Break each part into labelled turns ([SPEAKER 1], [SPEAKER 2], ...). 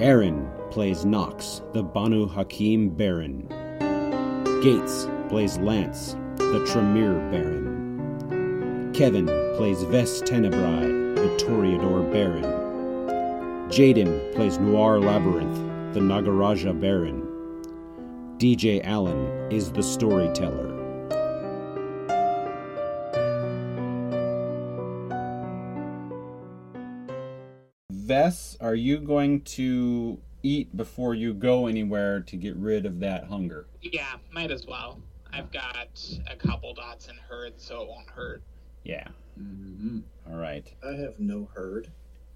[SPEAKER 1] Aaron plays Knox, the Banu Hakim Baron. Gates plays Lance, the Tremere Baron. Kevin plays Ves Tenebrae, the Toreador Baron. Jaden plays Noir Labyrinth, the Nagaraja Baron. DJ Allen is the storyteller.
[SPEAKER 2] Vess, are you going to eat before you go anywhere to get rid of that hunger?
[SPEAKER 3] Yeah, might as well. I've got a couple dots in herd, so it won't hurt.
[SPEAKER 2] Yeah.
[SPEAKER 4] Mm-hmm.
[SPEAKER 2] All right.
[SPEAKER 4] I have no herd,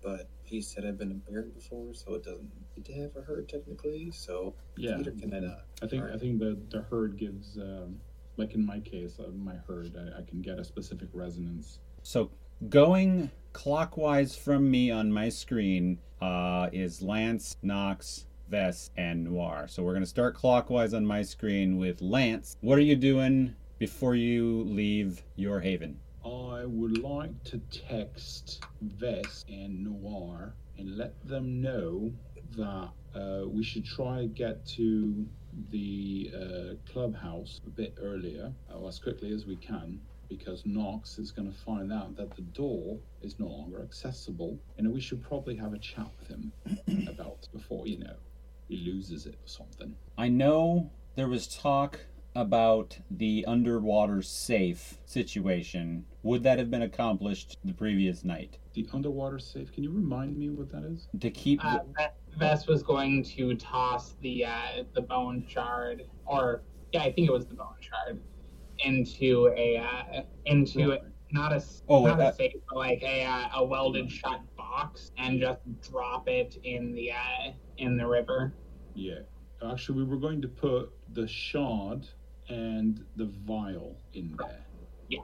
[SPEAKER 4] but he said I've been a baron before, so it doesn't need to have a herd technically. So
[SPEAKER 5] Yeah,
[SPEAKER 4] Peter, can I not?
[SPEAKER 5] I think I
[SPEAKER 4] Alright.
[SPEAKER 5] think the the herd gives, um, like in my case, uh, my herd, I, I can get a specific resonance.
[SPEAKER 2] So going clockwise from me on my screen uh, is Lance, Knox, Vess, and Noir. So we're going to start clockwise on my screen with Lance. What are you doing before you leave your haven?
[SPEAKER 5] I would like to text Vess and Noir and let them know that uh, we should try to get to the uh, clubhouse a bit earlier, or as quickly as we can, because Knox is going to find out that the door is no longer accessible, and we should probably have a chat with him about before you know he loses it or something.
[SPEAKER 2] I know there was talk about the underwater safe situation. Would that have been accomplished the previous night?
[SPEAKER 5] The underwater safe. Can you remind me what that is?
[SPEAKER 2] To keep
[SPEAKER 3] Uh, Ve- Vess was going to toss the uh, the bone shard, or yeah, I think it was the bone shard, into a uh, into a- not a s-
[SPEAKER 2] Oh,
[SPEAKER 3] not
[SPEAKER 2] uh,
[SPEAKER 3] a safe, but like a uh, a welded shut box, and just drop it in the uh, in the river.
[SPEAKER 5] Yeah. Actually, we were going to put the shard and the vial in there.
[SPEAKER 3] Yeah.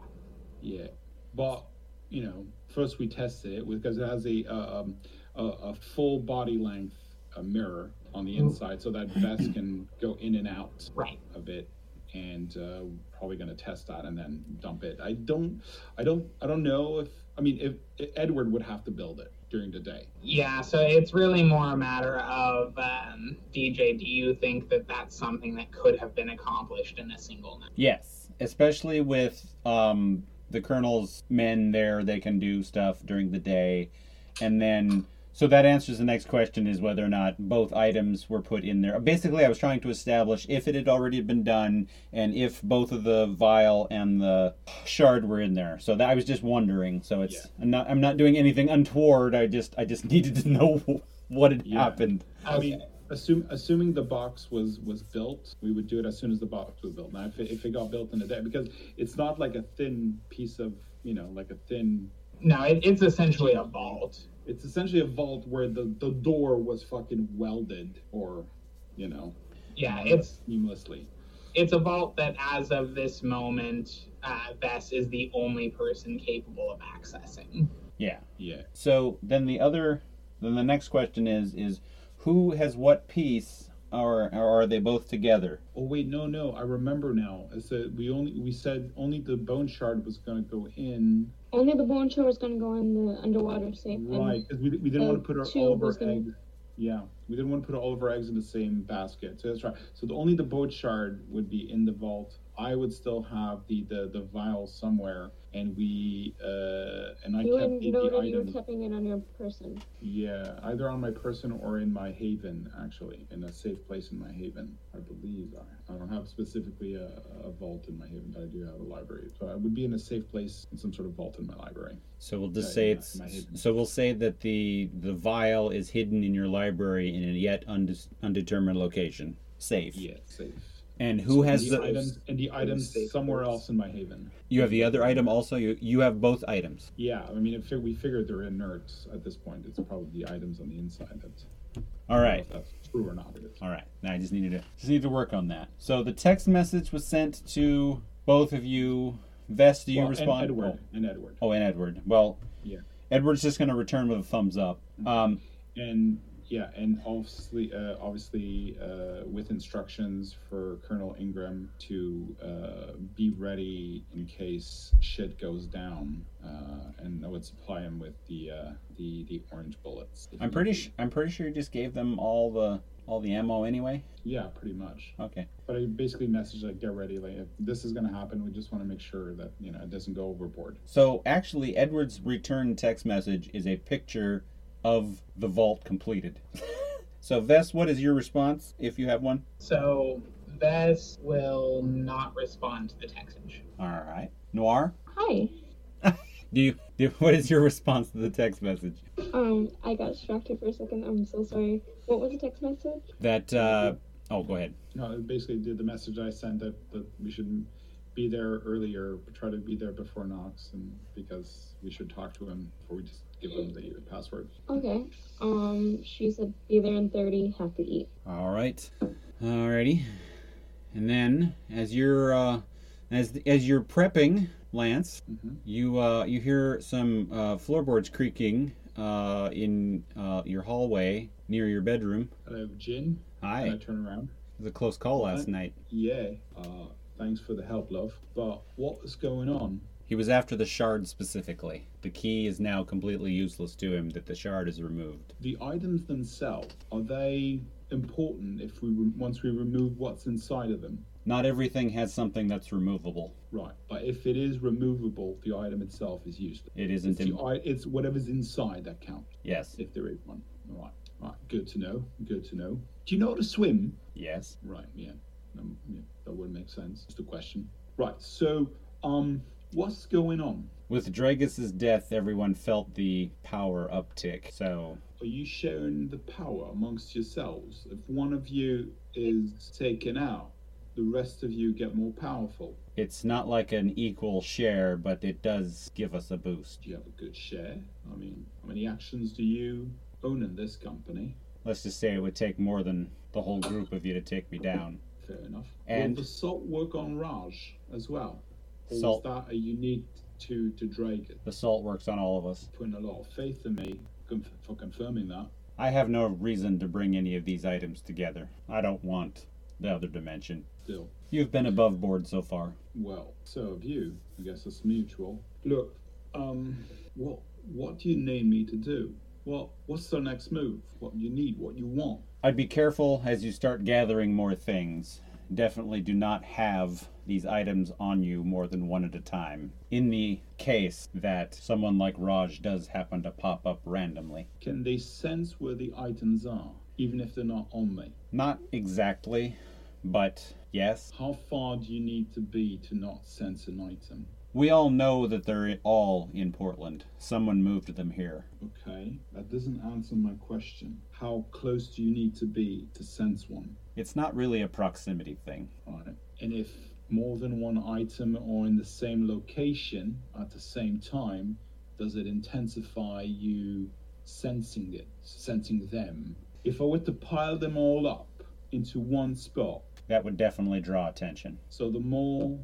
[SPEAKER 5] Yeah. But, you know, first we tested it because it has a, uh, um, a, a full body length uh mirror on the inside so that vest can go in and out
[SPEAKER 3] Right.
[SPEAKER 5] of it and uh, we're probably going to test that and then dump it i don't i don't i don't know if i mean if, edward would have to build it during the day
[SPEAKER 3] Yeah, so it's really more a matter of um, DJ. Do you think that that's something that could have been accomplished in a single night?
[SPEAKER 2] Yes, especially with um, the colonel's men there, they can do stuff during the day, and then so that answers the next question is whether or not both items were put in there. Basically, I was trying to establish if it had already been done and if both of the vial and the shard were in there. So that I was just wondering. So it's I'm not I'm not doing anything untoward. I just I just needed to know what had
[SPEAKER 5] Yeah.
[SPEAKER 2] happened.
[SPEAKER 5] I mean, assume, assuming the box was was built, we would do it as soon as the box was built. Now, if it, if it got built in a day, because it's not like a thin piece of, you know, like a thin.
[SPEAKER 3] No, it, it's essentially a vault.
[SPEAKER 5] It's essentially a vault where the the door was fucking welded, or, you know,
[SPEAKER 3] Yeah,
[SPEAKER 5] uh,
[SPEAKER 3] it's
[SPEAKER 5] seamlessly.
[SPEAKER 3] it's a vault that, as of this moment, uh, Vess is the only person capable of accessing.
[SPEAKER 2] Yeah.
[SPEAKER 5] Yeah.
[SPEAKER 2] So then the other, then the next question is is who has what piece, or, or are they both together?
[SPEAKER 5] Oh wait, no, no. I remember now. I said we only we said only the bone shard was gonna go in,
[SPEAKER 6] Only the bone shore is going to go in the underwater safe. and-
[SPEAKER 5] right? Because we, we didn't want
[SPEAKER 6] uh,
[SPEAKER 5] to put our,
[SPEAKER 6] two
[SPEAKER 5] all of our
[SPEAKER 6] was gonna-
[SPEAKER 5] eggs. Yeah, we didn't want to put all of our eggs in the same basket. So that's right. So the only the boat shard would be in the vault. I would still have the the the vial somewhere, and we uh and I
[SPEAKER 6] you
[SPEAKER 5] kept
[SPEAKER 6] wouldn't
[SPEAKER 5] the,
[SPEAKER 6] know
[SPEAKER 5] the
[SPEAKER 6] that you
[SPEAKER 5] item.
[SPEAKER 6] were tapping it on your person.
[SPEAKER 5] Yeah, either on my person or in my haven, actually, in a safe place in my haven. I believe I, I don't have specifically a, a vault in my haven, but I do have a library. So I would be in a safe place in some sort of vault in my library.
[SPEAKER 2] So we'll
[SPEAKER 5] Uh,
[SPEAKER 2] just say
[SPEAKER 5] yeah,
[SPEAKER 2] it's
[SPEAKER 5] my hidden.
[SPEAKER 2] so we'll say that the the vial is hidden in your library in a yet undis undetermined location, safe.
[SPEAKER 5] Yeah, safe.
[SPEAKER 2] And who has
[SPEAKER 5] and the,
[SPEAKER 2] the?
[SPEAKER 5] items and the items
[SPEAKER 4] safe
[SPEAKER 5] somewhere
[SPEAKER 4] place.
[SPEAKER 5] else in my haven.
[SPEAKER 2] You have the other item also. You you have both items.
[SPEAKER 5] Yeah, I mean, if we figured they're inert at this point, it's probably the items on the inside. That's,
[SPEAKER 2] All right.
[SPEAKER 5] If that's true or not.
[SPEAKER 2] All right. Now I just needed to just need to work on that. So the text message was sent to both of you. Vest, do you
[SPEAKER 5] Well, and
[SPEAKER 2] respond?
[SPEAKER 5] Edward. And Edward.
[SPEAKER 2] Oh, and Oh, Edward. Well,
[SPEAKER 5] Yeah.
[SPEAKER 2] Edward's just going to return with a thumbs up. Um,
[SPEAKER 5] And yeah, and obviously, uh, obviously, uh, with instructions for Colonel Ingram to uh, be ready in case shit goes down, uh, and I would supply him with the uh, the the orange bullets. if
[SPEAKER 2] I'm
[SPEAKER 5] need
[SPEAKER 2] pretty
[SPEAKER 5] be.
[SPEAKER 2] sh- I'm pretty sure you just gave them all the all the ammo anyway.
[SPEAKER 5] Yeah, pretty much.
[SPEAKER 2] Okay.
[SPEAKER 5] But I basically messaged like, get ready, like if this is gonna happen, we just want to make sure that you know it doesn't go overboard.
[SPEAKER 2] So actually, Edward's return text message is a picture of the vault completed. so Vess, what is your response if you have one?
[SPEAKER 3] So Vess will not respond to the message.
[SPEAKER 2] All right. Noir,
[SPEAKER 6] Hi.
[SPEAKER 2] do you do, what is your response to the text message?
[SPEAKER 6] Um, I got distracted for a second. I'm so sorry. What was the text message?
[SPEAKER 2] That uh oh, go ahead.
[SPEAKER 5] No, it basically did the message I sent that, that we should be there earlier, but try to be there before Knox, and because we should talk to him before we just give him the password.
[SPEAKER 6] Okay. Um, she said be there in 30, have to eat.
[SPEAKER 2] All right. Alrighty. And then as you're uh as as you're prepping, Lance,
[SPEAKER 5] Mm-hmm.
[SPEAKER 2] You uh, you hear some uh, floorboards creaking uh, in uh, your hallway near your bedroom.
[SPEAKER 5] Hello, Jin.
[SPEAKER 2] Hi,
[SPEAKER 5] And I
[SPEAKER 2] it
[SPEAKER 5] turn around.
[SPEAKER 2] was a close call last night.
[SPEAKER 5] Yeah. Uh, thanks for the help, love. But what is going on?
[SPEAKER 2] He was after the shard specifically. The key is now completely useless to him. That the shard is removed.
[SPEAKER 5] The items themselves are they important if we re- once we remove what's inside of them?
[SPEAKER 2] Not everything has something that's removable.
[SPEAKER 5] Right. But if it is removable, the item itself is useless.
[SPEAKER 2] It
[SPEAKER 5] It's,
[SPEAKER 2] isn't.
[SPEAKER 5] the,
[SPEAKER 2] Im-
[SPEAKER 5] i- it's whatever's inside that counts.
[SPEAKER 2] yes.
[SPEAKER 5] if there is one. All right, all right. Good to know. Good to know. Do you know how to swim?
[SPEAKER 2] Yes.
[SPEAKER 5] Right. Yeah. Um, yeah that would make sense. Just a question. Right. So, um, what's going on?
[SPEAKER 2] With Dragus's death, everyone felt the power uptick. So
[SPEAKER 5] Are you sharing the power amongst yourselves? If one of you is taken out, the rest of you get more powerful.
[SPEAKER 2] it's not like an equal share, but it does give us a boost.
[SPEAKER 5] Do you have a good share? I mean, how many actions do you own in this company?
[SPEAKER 2] Let's just say it would take more than the whole group of you to take me down.
[SPEAKER 5] Fair enough.
[SPEAKER 2] And-
[SPEAKER 5] Will the salt work on Raj as well? Or
[SPEAKER 2] Salt.
[SPEAKER 5] is that a unique to to Dragon?
[SPEAKER 2] The salt works on all of us.
[SPEAKER 5] putting a lot of faith in me conf- for confirming that.
[SPEAKER 2] I have no reason to bring any of these items together. I don't want the other dimension.
[SPEAKER 5] Still,
[SPEAKER 2] You've been above board so far.
[SPEAKER 5] well, so have you. I guess it's mutual. Look, um, what what do you need me to do? What what's the next move? What you need? What you want?
[SPEAKER 2] I'd be careful as you start gathering more things. Definitely do not have these items on you more than one at a time. In the case that someone like Raj does happen to pop up randomly.
[SPEAKER 5] Can they sense where the items are, even if they're not on me?
[SPEAKER 2] Not exactly, but yes.
[SPEAKER 5] How far do you need to be to not sense an item?
[SPEAKER 2] We all know that they're all in Portland. Someone moved them here.
[SPEAKER 5] Okay, that doesn't answer my question. How close do you need to be to sense one?
[SPEAKER 2] It's not really a proximity thing.
[SPEAKER 5] Right. And if more than one item are in the same location at the same time, does it intensify you sensing it, sensing them? If I were to pile them all up into one spot,
[SPEAKER 2] That would definitely draw attention.
[SPEAKER 5] so the more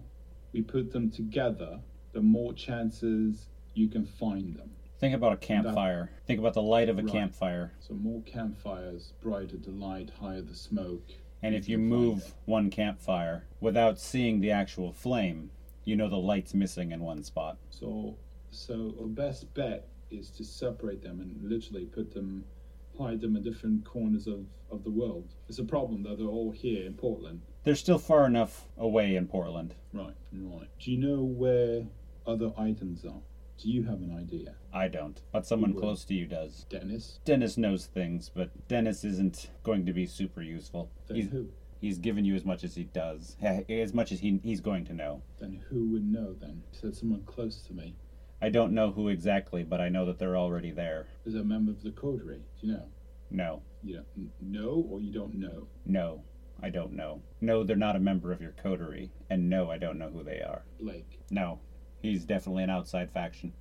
[SPEAKER 5] we put them together, the more chances you can find them.
[SPEAKER 2] Think about a campfire. Think about the light of a
[SPEAKER 5] Right.
[SPEAKER 2] campfire.
[SPEAKER 5] So more campfires, brighter the light, higher the smoke.
[SPEAKER 2] And if you
[SPEAKER 5] can find
[SPEAKER 2] move
[SPEAKER 5] it.
[SPEAKER 2] one campfire without seeing the actual flame, you know the light's missing in one spot.
[SPEAKER 5] So, so our best bet is to separate them and literally put them, hide them in different corners of, of the world. It's a problem that they're all here in Portland.
[SPEAKER 2] They're still far enough away in Portland.
[SPEAKER 5] Right, right. Do you know where other items are? Do you have an idea,
[SPEAKER 2] I don't, but someone
[SPEAKER 5] would.
[SPEAKER 2] close to you does.
[SPEAKER 5] Dennis?
[SPEAKER 2] Dennis knows things, but Dennis isn't going to be super useful.
[SPEAKER 5] Then
[SPEAKER 2] He's,
[SPEAKER 5] who?
[SPEAKER 2] he's given you as much as he does, as much as he, he's going to know.
[SPEAKER 5] Then who would know? Then You said someone close to me.
[SPEAKER 2] I don't know who exactly, but I know that they're already there.
[SPEAKER 5] Is a member of the Coterie? Do you know?
[SPEAKER 2] No,
[SPEAKER 5] You don't n- know, or you don't know.
[SPEAKER 2] no, I don't know. No, they're not a member of your coterie, and no, I don't know who they are.
[SPEAKER 5] Blake.
[SPEAKER 2] No, he's definitely an outside faction.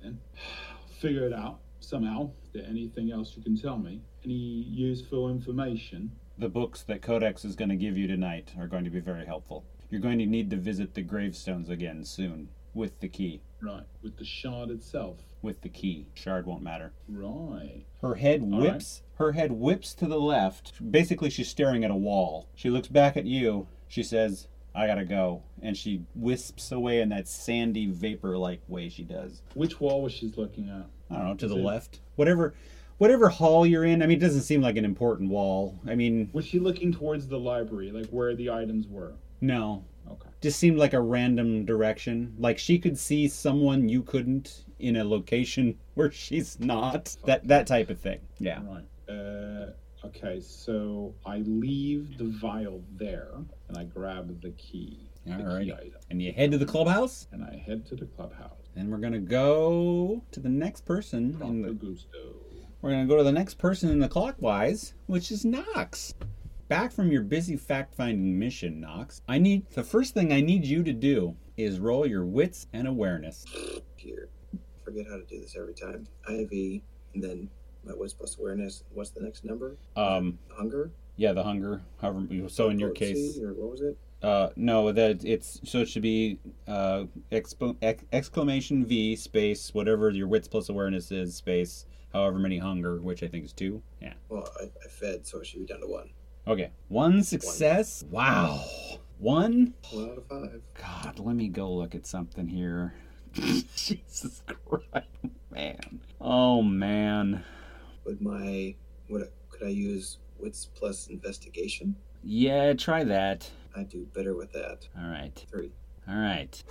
[SPEAKER 5] Then figure it out somehow. Is there anything else you can tell me? Any useful information?
[SPEAKER 2] The books that Codex is going to give you tonight are going to be very helpful. You're going to need to visit the gravestones again soon with the key.
[SPEAKER 5] Right. With the shard itself.
[SPEAKER 2] with the key. Shard won't matter.
[SPEAKER 5] Right.
[SPEAKER 2] Her head
[SPEAKER 5] All right.
[SPEAKER 2] whips. Her head whips to the left. Basically, she's staring at a wall. She looks back at you. She says, "I gotta go," and she wisps away in that sandy vapor-like way she does.
[SPEAKER 5] Which wall was she looking at?
[SPEAKER 2] I don't know to
[SPEAKER 5] Is
[SPEAKER 2] the
[SPEAKER 5] it-
[SPEAKER 2] left, whatever, whatever hall you're in. I mean, it doesn't seem like an important wall. I mean,
[SPEAKER 5] Was she looking towards the library, like where the items were?
[SPEAKER 2] no,
[SPEAKER 5] Okay.
[SPEAKER 2] just seemed like a random direction. Like she could see someone you couldn't in a location where she's not. That that type of thing. Yeah.
[SPEAKER 5] Right. Uh, okay, so I leave the vial there and I grab the key. the key
[SPEAKER 2] Alrighty.
[SPEAKER 5] item,
[SPEAKER 2] And you head to the clubhouse.
[SPEAKER 5] and I head to the clubhouse.
[SPEAKER 2] And we're gonna go to the next person. In
[SPEAKER 5] Proper
[SPEAKER 2] the,
[SPEAKER 5] gusto.
[SPEAKER 2] we're gonna go to the next person in the clockwise, which is Knox. Back from your busy fact-finding mission, Knox. I need the first thing I need you to do is roll your wits and awareness.
[SPEAKER 4] Here, forget how to do this every time. IV, and then my wits plus awareness. What's the next number?
[SPEAKER 2] Um,
[SPEAKER 4] Hunger.
[SPEAKER 2] yeah, the hunger. However, so in your
[SPEAKER 4] Potency,
[SPEAKER 2] case,
[SPEAKER 4] or what was it?
[SPEAKER 2] uh, no, that it's so it should be uh expo- ex- exclamation V space whatever your wits plus awareness is space however many hunger, which I think is two. Yeah.
[SPEAKER 4] Well, I, I fed, so it should be down to one.
[SPEAKER 2] Okay. One success. Wow. One.
[SPEAKER 4] One out of five.
[SPEAKER 2] God, let me go look at something here. Jesus Christ, man. Oh, man.
[SPEAKER 4] Would my what could I use? Wits plus investigation.
[SPEAKER 2] Yeah, try that.
[SPEAKER 4] I do better with that.
[SPEAKER 2] All right.
[SPEAKER 4] Three.
[SPEAKER 2] All right.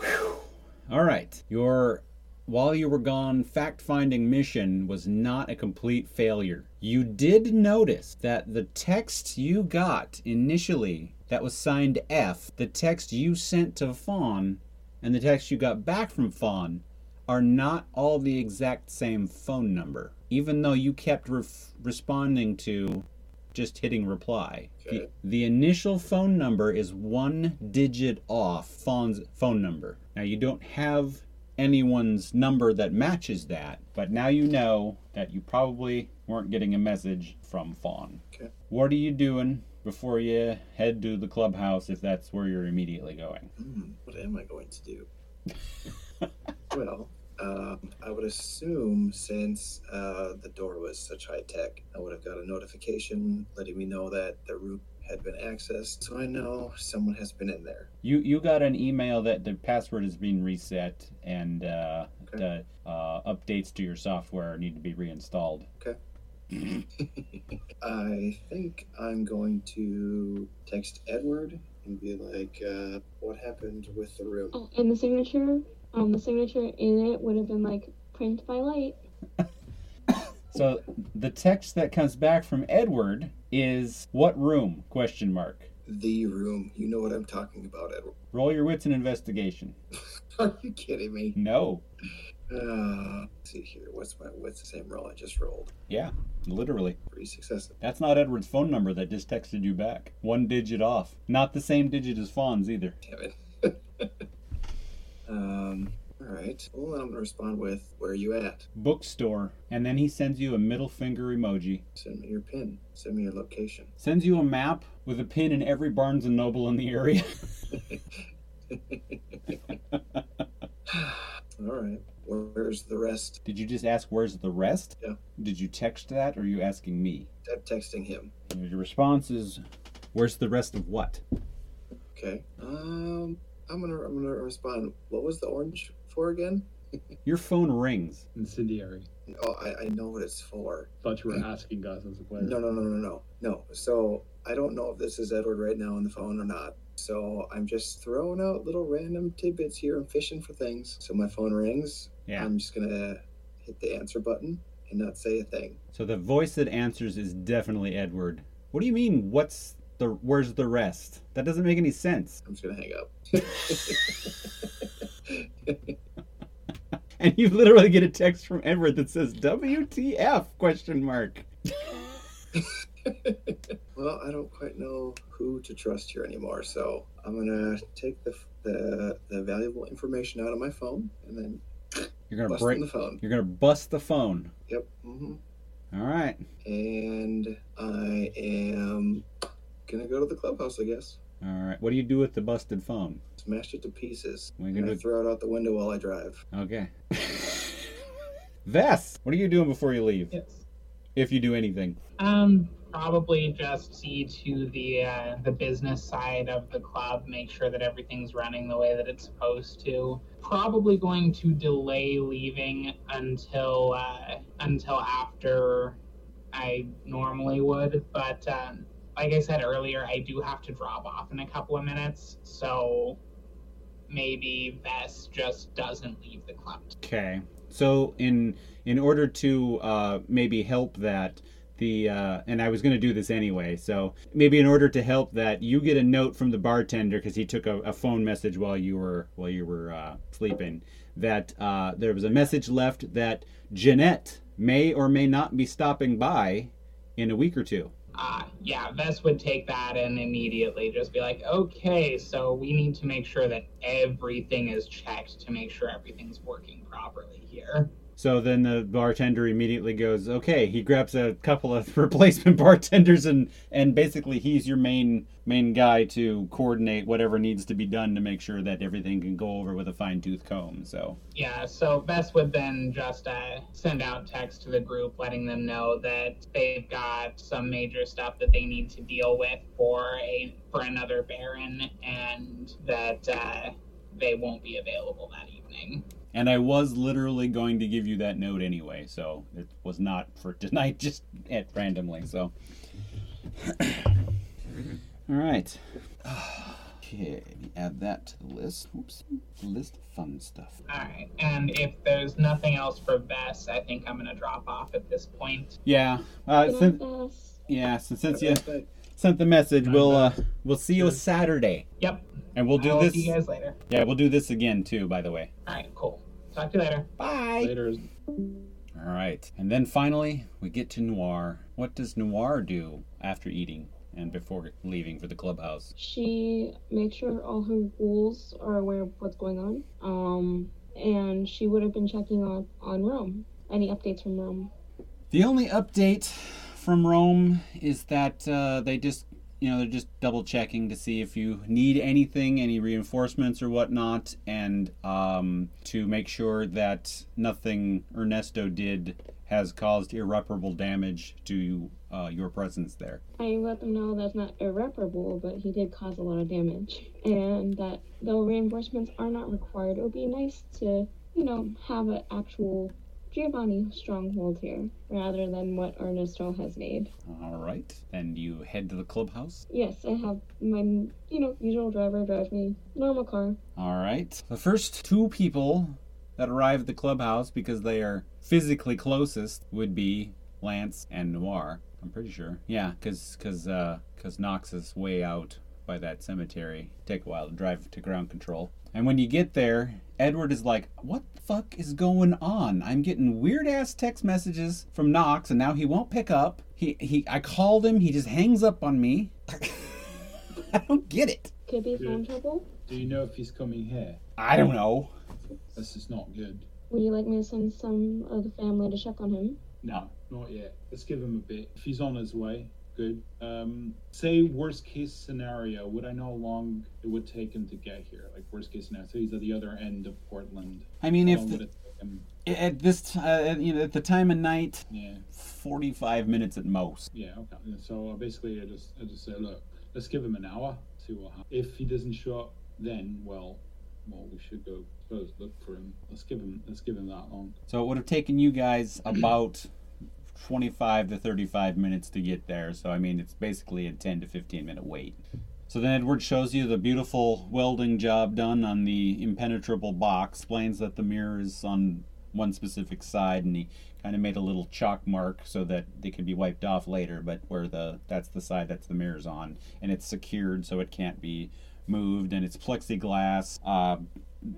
[SPEAKER 2] All right. Your while you were gone fact finding mission was not a complete failure. You did notice that the text you got initially that was signed F, the text you sent to Fawn, and the text you got back from Fawn are not all the exact same phone number, even though you kept ref- responding to just hitting reply.
[SPEAKER 4] Okay.
[SPEAKER 2] The, the initial phone number is one digit off Fawn's phone number. Now, you don't have anyone's number that matches that, but now you know that you probably weren't getting a message from Fawn.
[SPEAKER 4] Okay.
[SPEAKER 2] What are you doing before you head to the clubhouse if that's where you're immediately going?
[SPEAKER 4] Hmm, what am I going to do? well, um, I would assume since uh, the door was such high tech, I would have got a notification letting me know that the route had been accessed. So I know someone has been in there.
[SPEAKER 2] You you got an email that the password is being reset and uh,
[SPEAKER 4] Okay.
[SPEAKER 2] the uh, updates to your software need to be reinstalled.
[SPEAKER 4] I think I'm going to text Edward and be like, uh, "What happened with the room?"
[SPEAKER 6] Oh, and the signature, um, the signature in it would have been like print by light.
[SPEAKER 2] So the text that comes back from Edward is what room? Question mark.
[SPEAKER 4] The room. You know what I'm talking about, Edward.
[SPEAKER 2] Roll your wits and investigation.
[SPEAKER 4] Are you kidding me?
[SPEAKER 2] No.
[SPEAKER 4] Uh, let's see here. What's my what's the same roll I just rolled?
[SPEAKER 2] Yeah, literally.
[SPEAKER 4] Three successes.
[SPEAKER 2] That's not Edward's phone number that just texted you back. One digit off. Not the same digit as Fawn's either.
[SPEAKER 4] Damn it. um, all right. Well, I'm going to respond with, where are you at?
[SPEAKER 2] Bookstore. And then he sends you a middle finger emoji.
[SPEAKER 4] Send me your pin. Send me your location.
[SPEAKER 2] Sends you a map with a pin in every Barnes and Noble in the area.
[SPEAKER 4] All right. Where, where's the rest?
[SPEAKER 2] Did you just ask where's the rest?
[SPEAKER 4] Yeah.
[SPEAKER 2] Did you text that or are you asking me?
[SPEAKER 4] I'm texting him.
[SPEAKER 2] Your response is where's the rest of what?
[SPEAKER 4] Okay. Um, I'm going to I'm gonna respond, what was the orange for again?
[SPEAKER 2] Your phone rings.
[SPEAKER 5] Incendiary.
[SPEAKER 4] Oh, I, I know what it's for.
[SPEAKER 5] Thought you were asking us as a player.
[SPEAKER 4] No, no, no, no, no, no. So I don't know if this is Edward right now on the phone or not. So I'm just throwing out little random tidbits here and fishing for things. So my phone rings.
[SPEAKER 2] Yeah.
[SPEAKER 4] I'm just gonna hit the answer button and not say a thing.
[SPEAKER 2] So the voice that answers is definitely Edward. What do you mean what's the where's the rest? That doesn't make any sense.
[SPEAKER 4] I'm just gonna hang up.
[SPEAKER 2] And you literally get a text from Edward that says WTF question mark.
[SPEAKER 4] well, I don't quite know who to trust here anymore. So I'm gonna take the the, the valuable information out of my phone and then
[SPEAKER 2] You're gonna
[SPEAKER 4] bust
[SPEAKER 2] break
[SPEAKER 4] in the phone.
[SPEAKER 2] you're gonna bust the phone.
[SPEAKER 4] Yep. hmm
[SPEAKER 2] Alright.
[SPEAKER 4] And I am gonna go to the clubhouse, I guess.
[SPEAKER 2] All right. What do you do with the busted phone?
[SPEAKER 4] Smashed it to pieces.
[SPEAKER 2] We're
[SPEAKER 4] And
[SPEAKER 2] gonna
[SPEAKER 4] I throw it out the window while I drive.
[SPEAKER 2] Okay. Vess, what are you doing before you leave?
[SPEAKER 3] Yes.
[SPEAKER 2] If you do anything.
[SPEAKER 3] Um, probably just see to the uh, the business side of the club, make sure that everything's running the way that it's supposed to. Probably going to delay leaving until uh, until after I normally would, but um, like I said earlier, I do have to drop off in a couple of minutes, so maybe Vess just doesn't leave the club.
[SPEAKER 2] Okay. So in in order to uh, maybe help that the uh, and I was gonna do this anyway. So maybe in order to help that, you get a note from the bartender because he took a, a phone message while you were while you were uh, sleeping. That uh, there was a message left that Jeanette may or may not be stopping by in a week or two.
[SPEAKER 3] Uh, yeah, Vess would take that and immediately just be like, okay, so we need to make sure that everything is checked to make sure everything's working properly here.
[SPEAKER 2] So then the bartender immediately goes, okay. He grabs a couple of replacement bartenders and and basically he's your main main guy to coordinate whatever needs to be done to make sure that everything can go over with a fine tooth comb. So
[SPEAKER 3] Yeah, so Vess would then just uh, send out text to the group letting them know that they've got some major stuff that they need to deal with for a for another Baron and that uh, they won't be available that evening.
[SPEAKER 2] and I was literally going to give you that note anyway, so it was not for tonight, just at randomly. So all right. Okay, let me add that to the list. Oops, list of fun stuff.
[SPEAKER 3] All right, and if there's nothing else for Vess, I think I'm gonna drop off at this point.
[SPEAKER 2] Yeah. Uh, since,
[SPEAKER 6] Can I ask-
[SPEAKER 2] Yeah, so since you
[SPEAKER 4] That's that-
[SPEAKER 2] sent the message,
[SPEAKER 5] I'm
[SPEAKER 2] we'll uh,
[SPEAKER 5] back.
[SPEAKER 2] we'll see you Saturday,
[SPEAKER 3] Yep,
[SPEAKER 2] and we'll do
[SPEAKER 3] I'll
[SPEAKER 2] this.
[SPEAKER 3] See you guys later.
[SPEAKER 2] Yeah, we'll do this again too. By the way,
[SPEAKER 3] All right, cool. Talk to you later.
[SPEAKER 2] bye.
[SPEAKER 5] Later.
[SPEAKER 2] All right, and then finally we get to Noir. What does Noir do after eating and before leaving for the clubhouse?
[SPEAKER 6] She makes sure all her ghouls are aware of what's going on. Um, and she would have been checking on on Rome. Any updates from Rome?
[SPEAKER 2] The only update from Rome is that uh, they just, you know, they're just double checking to see if you need anything, any reinforcements or whatnot, and um, to make sure that nothing Ernesto did has caused irreparable damage to uh, your presence there.
[SPEAKER 6] I let them know that's not irreparable, but he did cause a lot of damage, and that though reinforcements are not required, it would be nice to, you know, have an actual Giovanni stronghold here rather than what Ernesto has made.
[SPEAKER 2] All right, then you head to the clubhouse.
[SPEAKER 6] Yes, I have my, you know, usual driver drive me normal car.
[SPEAKER 2] All right. The first two people that arrive at the clubhouse because they are physically closest would be Lance and Noir. I'm pretty sure. Yeah, because because Knox is way out by that cemetery. Take a while to drive to ground control. And when you get there, Edward is like, "What the fuck is going on? I'm getting weird ass text messages from Knox, and now he won't pick up. He he. I called him. He just hangs up on me. I don't get it.
[SPEAKER 6] Could be
[SPEAKER 5] Yeah.
[SPEAKER 6] phone trouble.
[SPEAKER 5] Do you know if he's coming here?
[SPEAKER 2] I don't know."
[SPEAKER 5] This is not good.
[SPEAKER 6] Would you like me to send some of the family to check on him?
[SPEAKER 5] No, not yet. Let's give him a bit. If he's on his way, good. Um, say worst case scenario, would I know how long it would take him to get here? Like worst case scenario, so he's at the other end of Portland.
[SPEAKER 2] I mean,
[SPEAKER 5] How
[SPEAKER 2] if
[SPEAKER 5] long would
[SPEAKER 2] the,
[SPEAKER 5] it take him?
[SPEAKER 2] at this t- uh, at, you know at the time of night,
[SPEAKER 5] Yeah,
[SPEAKER 2] forty-five minutes at most.
[SPEAKER 5] yeah, okay. And So I basically, I just, I just say, look, let's give him an hour. See what happens. If he doesn't show up, then well, well, we should go suppose, look for him. Let's give him, let's give him that long.
[SPEAKER 2] So it would have taken you guys about twenty-five to thirty-five minutes to get there. So I mean, it's basically a ten to fifteen-minute wait. So then Edward shows you the beautiful welding job done on the impenetrable box. Explains that the mirror is on one specific side, and he kind of made a little chalk mark so that they could be wiped off later. But where the that's the side that's the mirror's on, and it's secured so it can't be moved, and it's plexiglass. Uh,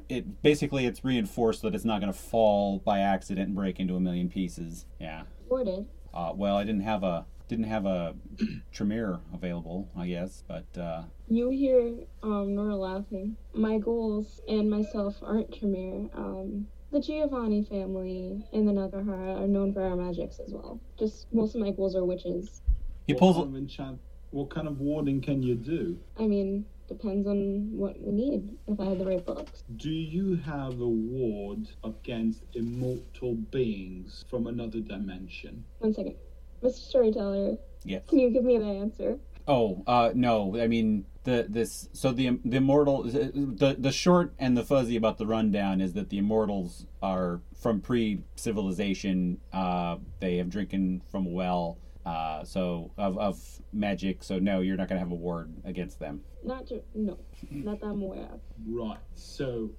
[SPEAKER 2] it basically it's reinforced that it's not going to fall by accident and break into a million pieces. Yeah.
[SPEAKER 6] Boarded.
[SPEAKER 2] Uh, well, I didn't have a didn't have a Tremere available, I guess, but uh,
[SPEAKER 6] You hear um, Nora laughing. My goals and myself aren't Tremere. Um, the Giovanni family and the Nagahara are known for our magics as well. Just most of my goals are witches.
[SPEAKER 2] he
[SPEAKER 5] What
[SPEAKER 2] pulls.
[SPEAKER 5] kind of enchant- What kind of warding can you do?
[SPEAKER 6] I mean, depends on what we need. If I have the right books,
[SPEAKER 5] Do you have a ward against immortal beings from another dimension?
[SPEAKER 6] one second, Mr. Storyteller,
[SPEAKER 2] Yes.
[SPEAKER 6] can you give me an answer?
[SPEAKER 2] Oh, uh, no. I mean, the this so the the immortal uh, the the short and the fuzzy about the rundown is that the immortals are from pre civilization. Uh, they have drinking from a well. Uh, so of of magic. So no, you're not gonna have a ward against them.
[SPEAKER 6] Not to, no, not that I'm aware of.
[SPEAKER 5] Right, so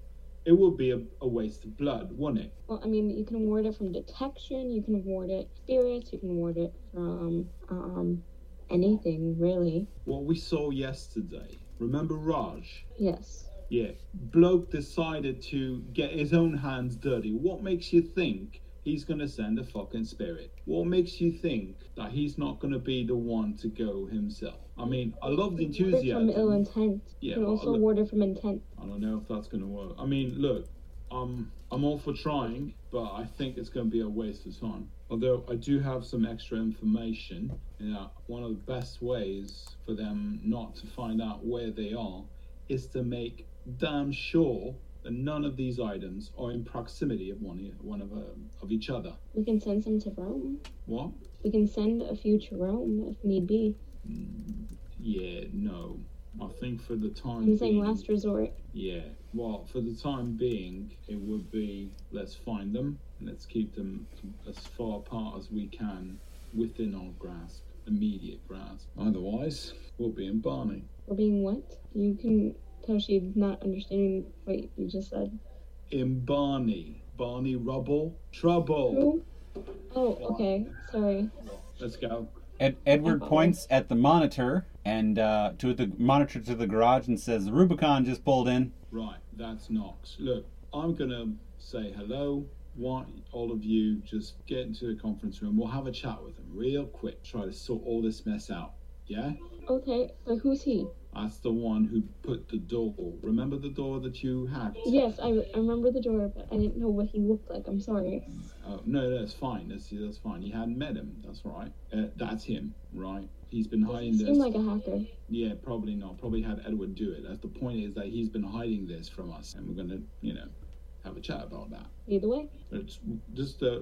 [SPEAKER 5] it would be a, a waste of blood, wouldn't it?
[SPEAKER 6] Well, I mean, you can ward it from detection, you can ward it spirits, you can ward it from um anything really.
[SPEAKER 5] What we saw yesterday. Remember Raj?
[SPEAKER 6] Yes.
[SPEAKER 5] Yeah, bloke decided to get his own hands dirty. What makes you think he's gonna send a fucking spirit? What makes you think that he's not gonna be the one to go himself? I mean, I love the
[SPEAKER 6] Ward it from ill
[SPEAKER 5] enthusiasm.
[SPEAKER 6] intent.
[SPEAKER 5] Yeah,
[SPEAKER 6] you can
[SPEAKER 5] but
[SPEAKER 6] also
[SPEAKER 5] look-
[SPEAKER 6] ward it from intent.
[SPEAKER 5] I don't know if that's gonna work. I mean, look, I'm I'm all for trying, but I think it's gonna be a waste of time. Although I do have some extra information, and that one of the best ways for them not to find out where they are is to make damn sure that none of these items are in proximity of one e- one of um, of each other.
[SPEAKER 6] We can send some to Rome.
[SPEAKER 5] What?
[SPEAKER 6] We can send a few to Rome if need be.
[SPEAKER 5] Yeah, no. I think for the time
[SPEAKER 6] I'm saying
[SPEAKER 5] being-
[SPEAKER 6] last resort.
[SPEAKER 5] Yeah, well, for the time being, it would be let's find them, let's keep them as far apart as we can within our grasp, immediate grasp. Otherwise, we'll be in Barney.
[SPEAKER 6] Or being what? You can tell she's not understanding what you just said.
[SPEAKER 5] In Barney. Barney rubble, trouble.
[SPEAKER 6] Who? Oh, okay. Sorry.
[SPEAKER 5] Let's go.
[SPEAKER 2] Ed, Edward
[SPEAKER 6] Uh-oh.
[SPEAKER 2] points at the monitor and uh, to the monitor to the garage and says, "The Rubicon just pulled in."
[SPEAKER 5] Right, that's Knox. Look, I'm gonna say hello. Want all of you just get into the conference room. We'll have a chat with him real quick. Try to sort all this mess out. Yeah?
[SPEAKER 6] Okay, but who's he?
[SPEAKER 5] That's the one who put the door. Remember the door that you hacked?
[SPEAKER 6] Yes, I, I remember the door, but I didn't know what he looked like. I'm sorry.
[SPEAKER 5] Oh, no, that's fine. That's that's fine. You hadn't met him. That's all right. Uh, that's him, right? He's been
[SPEAKER 6] Doesn't
[SPEAKER 5] hiding this.
[SPEAKER 6] seem like a hacker.
[SPEAKER 5] yeah, probably not. Probably had Edward do it. That's the point. Is that he's been hiding this from us, and we're gonna, you know, have a chat about that.
[SPEAKER 6] Either way,
[SPEAKER 5] Let's just uh,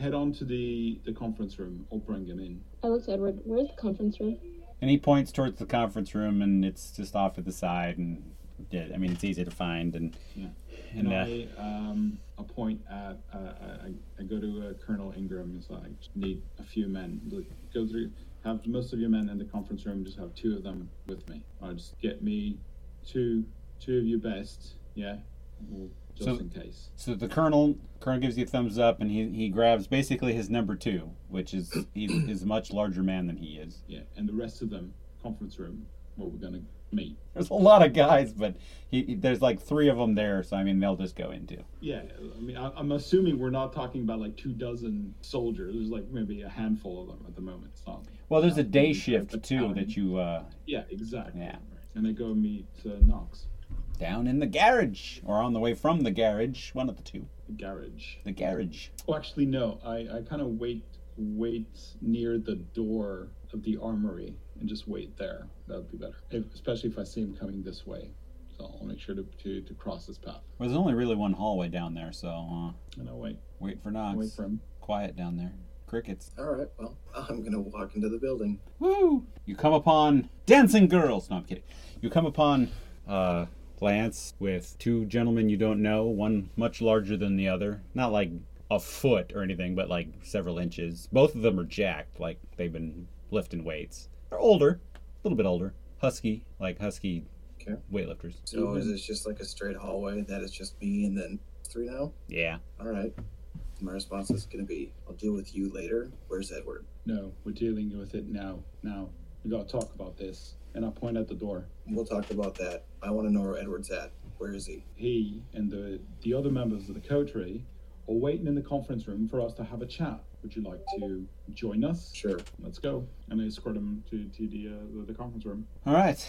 [SPEAKER 5] head on to the the conference room. I'll bring him in.
[SPEAKER 6] I looked at Edward. Where's the conference room?
[SPEAKER 2] And he points towards the conference room, and it's just off to the side. And yeah, I mean, it's easy to find. And
[SPEAKER 5] Yeah.
[SPEAKER 2] and
[SPEAKER 5] And
[SPEAKER 2] uh,
[SPEAKER 5] I um, appoint at, uh, I, I- I go to uh, Colonel Ingram. It's like, "Just need a few men. Look, Go through, have most of your men in the conference room. Just have two of them with me. Or just get me two, two of your best. Yeah, Well, just
[SPEAKER 2] So-
[SPEAKER 5] in case.
[SPEAKER 2] So the colonel, colonel gives you a thumbs up, and he, he grabs basically his number two, which is he is a much larger man than he is.
[SPEAKER 5] Yeah, and the rest of them conference room where we're gonna meet.
[SPEAKER 2] There's a lot of guys, but he, he- there's like three of them there, so I mean they'll just go into.
[SPEAKER 5] Yeah, I mean, I, I'm assuming we're not talking about like two dozen soldiers. There's like maybe a handful of them at the moment. It's not.
[SPEAKER 2] Well, there's a day shift too that you uh,
[SPEAKER 5] Yeah, exactly.
[SPEAKER 2] Yeah.
[SPEAKER 5] And they go meet uh, Knox.
[SPEAKER 2] down in the garage or on the way from the garage, one of the two,
[SPEAKER 5] the garage.
[SPEAKER 2] the garage.
[SPEAKER 5] Oh, actually, no. I, I kind of wait wait near the door of the armory and just wait there. That would be better, if, especially if I see him coming this way. So I'll make sure to, to, to cross this path.
[SPEAKER 2] Well, there's only really one hallway down there, so uh,
[SPEAKER 5] And I'll wait.
[SPEAKER 2] wait for
[SPEAKER 5] I'll
[SPEAKER 2] Knox.
[SPEAKER 5] wait for him.
[SPEAKER 2] Quiet down there. Crickets.
[SPEAKER 4] All right, well, I'm going to walk into the building.
[SPEAKER 2] Woo! You come upon dancing girls. No, I'm kidding. You come upon uh, Lance with two gentlemen you don't know, one much larger than the other. Not like a foot or anything, but like several inches. Both of them are jacked, like they've been lifting weights. They're older, a little bit older. Husky, like husky
[SPEAKER 4] Okay.
[SPEAKER 2] weightlifters.
[SPEAKER 4] So is this just like a straight hallway that is just me and then three now?
[SPEAKER 2] Yeah.
[SPEAKER 4] All right. My response is going to be I'll deal with you later. Where's Edward?
[SPEAKER 5] No, we're dealing with it now. Now, we gotta talk about this. And I point at the door.
[SPEAKER 4] We'll talk about that. I want to know where Edward's at. Where is he?
[SPEAKER 5] He and the, the other members of the coterie are waiting in the conference room for us to have a chat. Would you like to join us?
[SPEAKER 4] Sure.
[SPEAKER 5] Let's go. And I escort him to, to the, uh, the the conference room.
[SPEAKER 2] All right.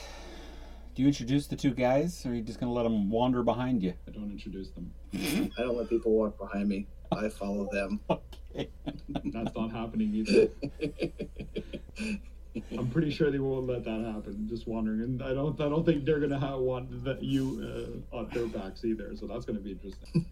[SPEAKER 2] Do you introduce the two guys, or are you just going to let them wander behind you?
[SPEAKER 5] I don't introduce them.
[SPEAKER 4] I don't let people walk behind me. I follow them.
[SPEAKER 5] That's not happening either. I'm pretty sure they won't let that happen. Just wondering, and I don't, I don't think they're gonna have want that you uh, on their backs either. So that's gonna be interesting.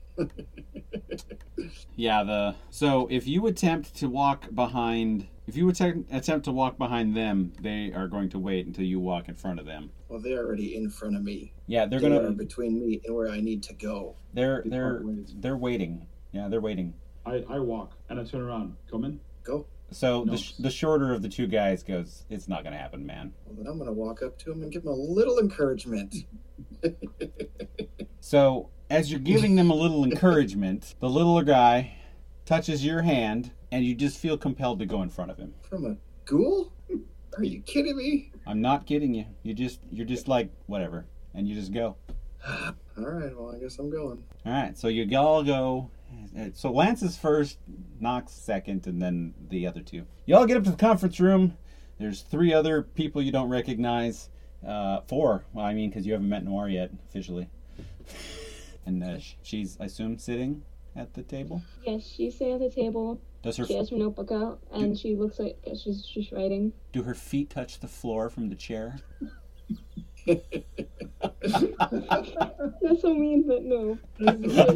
[SPEAKER 2] Yeah, the so if you attempt to walk behind, if you attempt attempt to walk behind them, they are going to wait until you walk in front of them.
[SPEAKER 4] Well, they're already in front of me.
[SPEAKER 2] Yeah, they're
[SPEAKER 4] They're
[SPEAKER 2] gonna
[SPEAKER 4] between me and where I need to go.
[SPEAKER 2] they're
[SPEAKER 5] They
[SPEAKER 2] they're
[SPEAKER 5] can't wait.
[SPEAKER 2] they're waiting. Yeah, they're waiting.
[SPEAKER 5] I, I walk and I turn around. Coming.
[SPEAKER 4] Go.
[SPEAKER 2] So the,
[SPEAKER 5] No.
[SPEAKER 2] sh- the shorter of the two guys goes, it's not gonna happen, man.
[SPEAKER 4] Well, then I'm gonna walk up to him and give him a little encouragement.
[SPEAKER 2] So as you're giving them a little encouragement, the little guy touches your hand, and you just feel compelled to go in front of him.
[SPEAKER 4] From a ghoul? Are you kidding me?
[SPEAKER 2] I'm not kidding you. You just you're just like whatever, and you just go.
[SPEAKER 4] All right. Well, I guess I'm going.
[SPEAKER 2] All right, so you all go. So Lance is first, Knox second, and then the other two. You all get up to the conference room. There's three other people you don't recognize. Uh, four, well, I mean, because you haven't met Noir yet officially. And uh, sh- she's, I assume, sitting at the table.
[SPEAKER 6] Yes, she's sitting at the table.
[SPEAKER 2] Does her
[SPEAKER 6] She has her notebook out, and she looks like she's she's writing.
[SPEAKER 2] do her feet touch the floor from the chair?
[SPEAKER 6] That's so mean, but no.
[SPEAKER 5] That's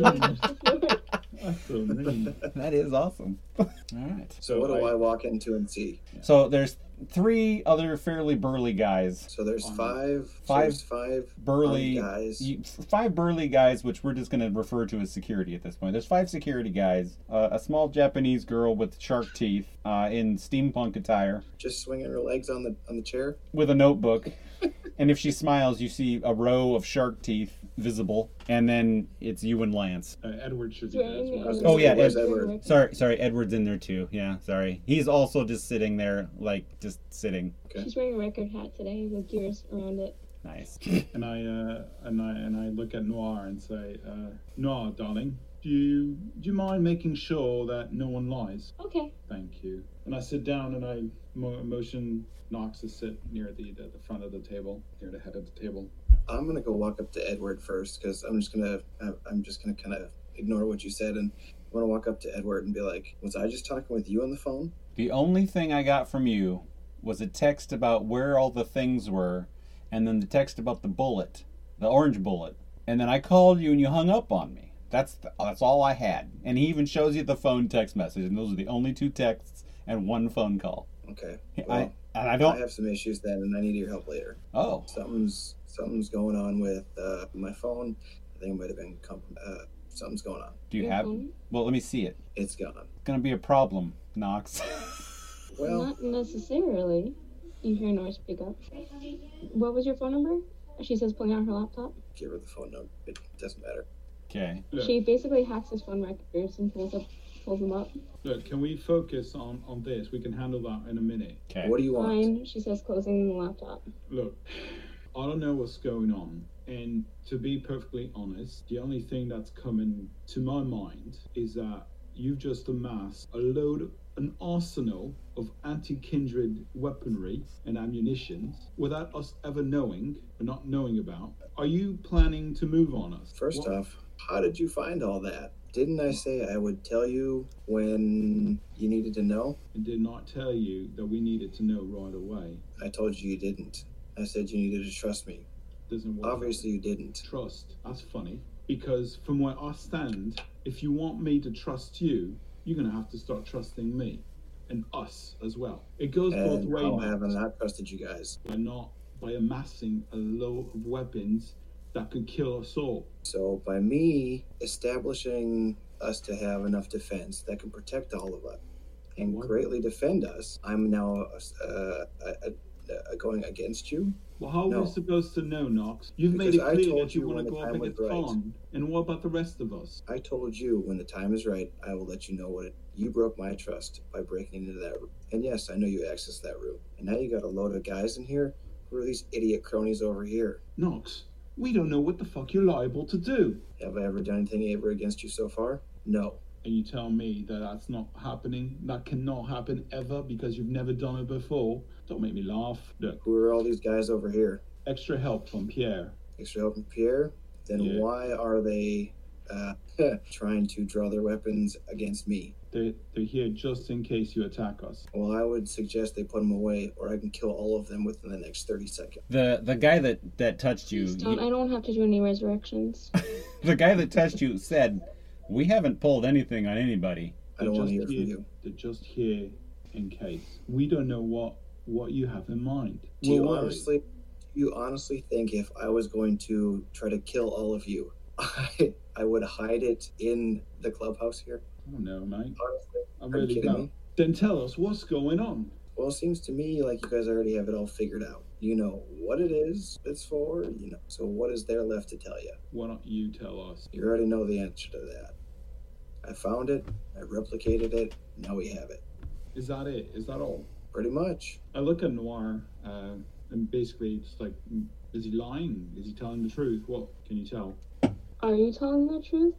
[SPEAKER 5] so mean.
[SPEAKER 2] That is awesome. all right.
[SPEAKER 4] So what do I walk into and see?
[SPEAKER 2] So there's three other fairly burly guys.
[SPEAKER 4] So there's
[SPEAKER 5] Um,
[SPEAKER 4] five.
[SPEAKER 2] five
[SPEAKER 4] Five. Five
[SPEAKER 2] Burly
[SPEAKER 4] guys.
[SPEAKER 2] You, five burly guys, which we're just going to refer to as security at this point. There's five security guys, uh, a small Japanese girl with shark teeth uh, in steampunk attire
[SPEAKER 4] Just swinging her legs on the on the chair.
[SPEAKER 2] with a notebook. and if she smiles, you see a row of shark teeth visible. And then it's you and Lance.
[SPEAKER 5] Uh, Edward should be there as
[SPEAKER 6] Wearing,
[SPEAKER 5] well.
[SPEAKER 6] uh,
[SPEAKER 2] Oh, yeah,
[SPEAKER 4] Where's
[SPEAKER 2] Ed-
[SPEAKER 4] Edward?
[SPEAKER 2] Sorry, sorry, Edward's in there too. Yeah, sorry. He's also just sitting there, like, just sitting.
[SPEAKER 6] She's wearing a record hat today with gears around it.
[SPEAKER 2] Nice.
[SPEAKER 5] And I uh, and I and I look at Noir and say, uh, Noir, darling, do you do you mind making sure that no one lies?
[SPEAKER 6] Okay.
[SPEAKER 5] Thank you. And I sit down and I mo- motion Knox to sit near the, the the front of the table, near the head of the table.
[SPEAKER 4] I'm gonna go walk up to Edward first because I'm just gonna I- I'm just gonna kind of ignore what you said and I'm gonna walk up to Edward and be like, was I just talking with you on the phone?
[SPEAKER 2] The only thing I got from you was a text about where all the things were, and then the text about the bullet, the orange bullet, and then I called you and you hung up on me. That's the, that's all I had. And he even shows you the phone text message, and those are the only two texts and one phone call.
[SPEAKER 4] Okay.
[SPEAKER 2] I
[SPEAKER 4] Well,
[SPEAKER 2] and I
[SPEAKER 4] I
[SPEAKER 2] don't.
[SPEAKER 4] have some issues then, and I need your help later.
[SPEAKER 2] Oh,
[SPEAKER 4] Something's something's going on with uh, my phone. I think it might have been comp- uh, something's going on.
[SPEAKER 2] do you
[SPEAKER 6] Your
[SPEAKER 2] have?
[SPEAKER 6] phone?
[SPEAKER 2] Well, let me see it.
[SPEAKER 4] It's gone.
[SPEAKER 2] It's gonna be a problem, Knox.
[SPEAKER 4] Well,
[SPEAKER 6] Not necessarily. You hear Nora speak up. What was your phone number? She says, pulling out her laptop.
[SPEAKER 4] give her the phone number. It doesn't matter.
[SPEAKER 2] okay.
[SPEAKER 5] Yeah.
[SPEAKER 6] She basically hacks his phone records and pulls up, pulls them up.
[SPEAKER 5] Look, can we focus on on this? We can handle that in a minute.
[SPEAKER 2] Okay.
[SPEAKER 4] What do you want?
[SPEAKER 6] Fine, she says, closing the laptop.
[SPEAKER 5] Look, I don't know what's going on. And to be perfectly honest, the only thing that's coming to my mind is that you've just amassed a load, an arsenal of anti kindred weaponry and ammunition without us ever knowing or not knowing about. Are you planning to move on us?
[SPEAKER 4] First
[SPEAKER 5] What-
[SPEAKER 4] off, how did you find all that? Didn't I say I would tell you when you needed to know?
[SPEAKER 5] I did not tell you that we needed to know right away.
[SPEAKER 4] I told you you didn't. I said you needed to trust me.
[SPEAKER 5] Doesn't work.
[SPEAKER 4] Obviously, you didn't.
[SPEAKER 5] Trust. That's funny. Because from where I stand, if you want me to trust you, you're going to have to start trusting me and us as well. It goes both
[SPEAKER 4] And how
[SPEAKER 5] ways.
[SPEAKER 4] have I not trusted you guys?
[SPEAKER 5] By not by amassing a load of weapons that could kill us all.
[SPEAKER 4] So, by me establishing us to have enough defense that can protect all of us and
[SPEAKER 5] What?
[SPEAKER 4] greatly defend us, I'm now uh, uh, uh, going against you.
[SPEAKER 5] Well, how are
[SPEAKER 4] No.
[SPEAKER 5] we supposed to know, Knox? You've made
[SPEAKER 4] Because I
[SPEAKER 5] it clear
[SPEAKER 4] told
[SPEAKER 5] that you,
[SPEAKER 4] you
[SPEAKER 5] want
[SPEAKER 4] when
[SPEAKER 5] to
[SPEAKER 4] the
[SPEAKER 5] go up
[SPEAKER 4] time
[SPEAKER 5] against
[SPEAKER 4] was right.
[SPEAKER 5] Khan. And what about the rest of us?
[SPEAKER 4] I told you when the time is right, I will let you know what it. You broke my trust by breaking into that room. And yes, I know you accessed that room. And now you got a load of guys in here who are these idiot cronies over here.
[SPEAKER 5] Knox, we don't know what the fuck you're liable to do.
[SPEAKER 4] Have I ever done anything ever against you so far? No.
[SPEAKER 5] and you tell me that that's not happening, that cannot happen ever because you've never done it before, don't make me laugh. Look,
[SPEAKER 4] Who are all these guys over here?
[SPEAKER 5] extra help from Pierre.
[SPEAKER 4] Extra help from Pierre? Then
[SPEAKER 5] Yeah.
[SPEAKER 4] why are they uh, trying to draw their weapons against me?
[SPEAKER 5] They're, they're here just in case you attack us.
[SPEAKER 4] Well, I would suggest they put them away, or I can kill all of them within the next 30 seconds.
[SPEAKER 2] The the guy that that touched you,
[SPEAKER 6] Please don't.
[SPEAKER 2] you-
[SPEAKER 6] I don't have to do any resurrections.
[SPEAKER 2] the guy that touched you said, "We haven't pulled anything on anybody."
[SPEAKER 4] I don't
[SPEAKER 5] They're
[SPEAKER 4] want
[SPEAKER 5] just
[SPEAKER 4] to hear from
[SPEAKER 5] here-
[SPEAKER 4] you.
[SPEAKER 5] They're just here in case. We don't know what what you have in mind.
[SPEAKER 4] Do
[SPEAKER 5] We're
[SPEAKER 4] you
[SPEAKER 5] worried.
[SPEAKER 4] honestly, do you honestly think if I was going to try to kill all of you, I, I would hide it in the clubhouse here?
[SPEAKER 5] Oh no, mate.
[SPEAKER 4] Honestly,
[SPEAKER 5] I
[SPEAKER 4] are you
[SPEAKER 5] really
[SPEAKER 4] kidding
[SPEAKER 5] don't.
[SPEAKER 4] me?
[SPEAKER 5] Then tell us what's going on.
[SPEAKER 4] Well, it seems to me like you guys already have it all figured out. You know what it is it's for. You know, so what is there left to tell you?
[SPEAKER 5] Why don't you tell us?
[SPEAKER 4] You already know the answer to that. I found it. I replicated it. Now we have it.
[SPEAKER 5] Is that it? Is that all?
[SPEAKER 4] Pretty much.
[SPEAKER 5] I look at Noir uh, and basically just like, mm, is he lying? Is he telling the truth? What can you tell?
[SPEAKER 6] Are you telling the truth?